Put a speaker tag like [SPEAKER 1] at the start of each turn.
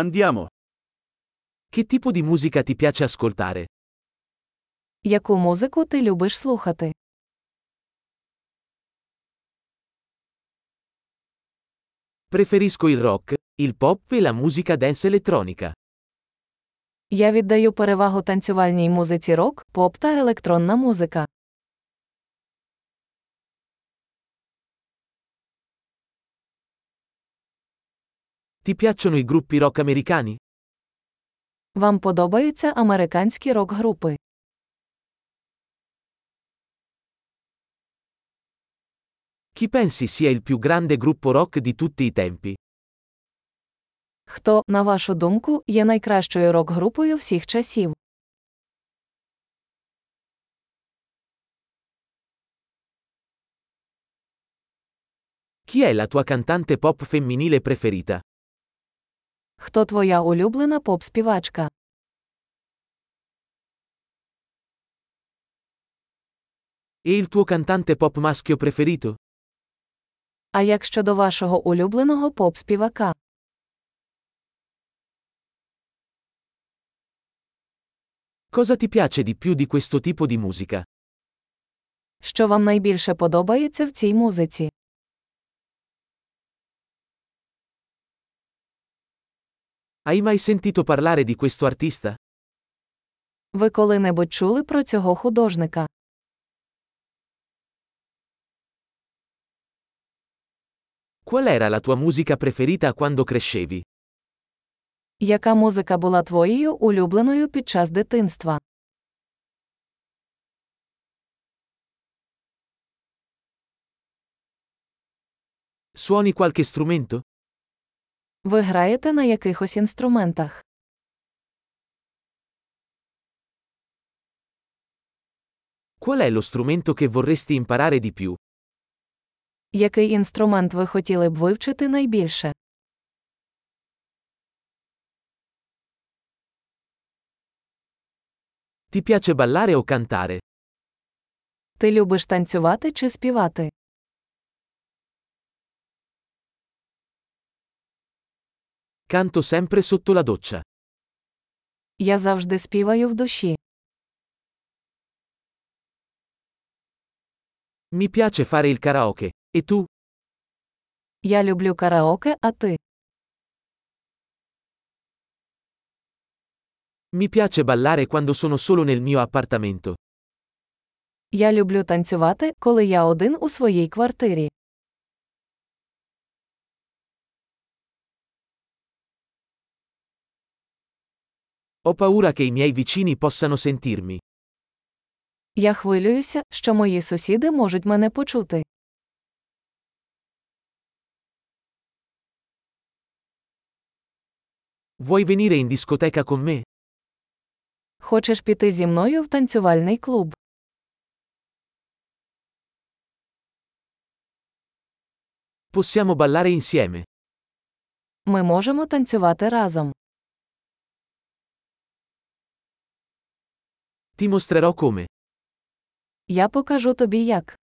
[SPEAKER 1] Andiamo. Che tipo di musica ti piace ascoltare?
[SPEAKER 2] Яку музику ти любиш слухати?
[SPEAKER 1] Preferisco il rock, il pop e la musica dance elettronica.
[SPEAKER 2] Я віддаю перевагу танцювальній музиці рок, поп та електронна музика.
[SPEAKER 1] Ti piacciono i gruppi rock americani?
[SPEAKER 2] Вам подобаються американські рок-групи?
[SPEAKER 1] Chi pensi sia il più grande gruppo rock di tutti i tempi?
[SPEAKER 2] Хто, на вашу думку, є найкращою рок-групою всіх часів?
[SPEAKER 1] Chi è la tua cantante pop femminile preferita?
[SPEAKER 2] Хто твоя улюблена поп-співачка?
[SPEAKER 1] E il tuo cantante pop maschio preferito?
[SPEAKER 2] А як щодо вашого улюбленого поп-співака?
[SPEAKER 1] Cosa ti piace di più di questo tipo di musica?
[SPEAKER 2] Що вам найбільше подобається в цій музиці?
[SPEAKER 1] Hai mai sentito parlare di questo artista?
[SPEAKER 2] Ви коли-небудь чули про цього художника?
[SPEAKER 1] Qual era la tua musica preferita quando crescevi?
[SPEAKER 2] Яка музика була твоєю улюбленою під час дитинства?
[SPEAKER 1] Suoni qualche strumento?
[SPEAKER 2] Ви граєте на якихось інструментах?
[SPEAKER 1] Qual è lo strumento che vorresti imparare di più?
[SPEAKER 2] Який інструмент ви хотіли б вивчити найбільше?
[SPEAKER 1] Ti piace ballare o cantare?
[SPEAKER 2] Ти любиш танцювати чи співати?
[SPEAKER 1] Canto sempre sotto la doccia.
[SPEAKER 2] Я завжди співаю в душі.
[SPEAKER 1] Mi piace fare il karaoke. E tu?
[SPEAKER 2] Я люблю караоке, а ти?
[SPEAKER 1] Mi piace ballare quando sono solo nel mio appartamento.
[SPEAKER 2] Я люблю танцювати, коли я один у своїй квартирі.
[SPEAKER 1] Ho paura che i miei vicini possano sentirmi.
[SPEAKER 2] Я хвилююся, що мої сусіди можуть мене почути.
[SPEAKER 1] Vuoi venire in discoteca con me?
[SPEAKER 2] Хочеш піти зі мною в танцювальний клуб?
[SPEAKER 1] Possiamo ballare insieme.
[SPEAKER 2] Ми можемо танцювати разом.
[SPEAKER 1] Ti mostrerò come.
[SPEAKER 2] Я покажу тобі як.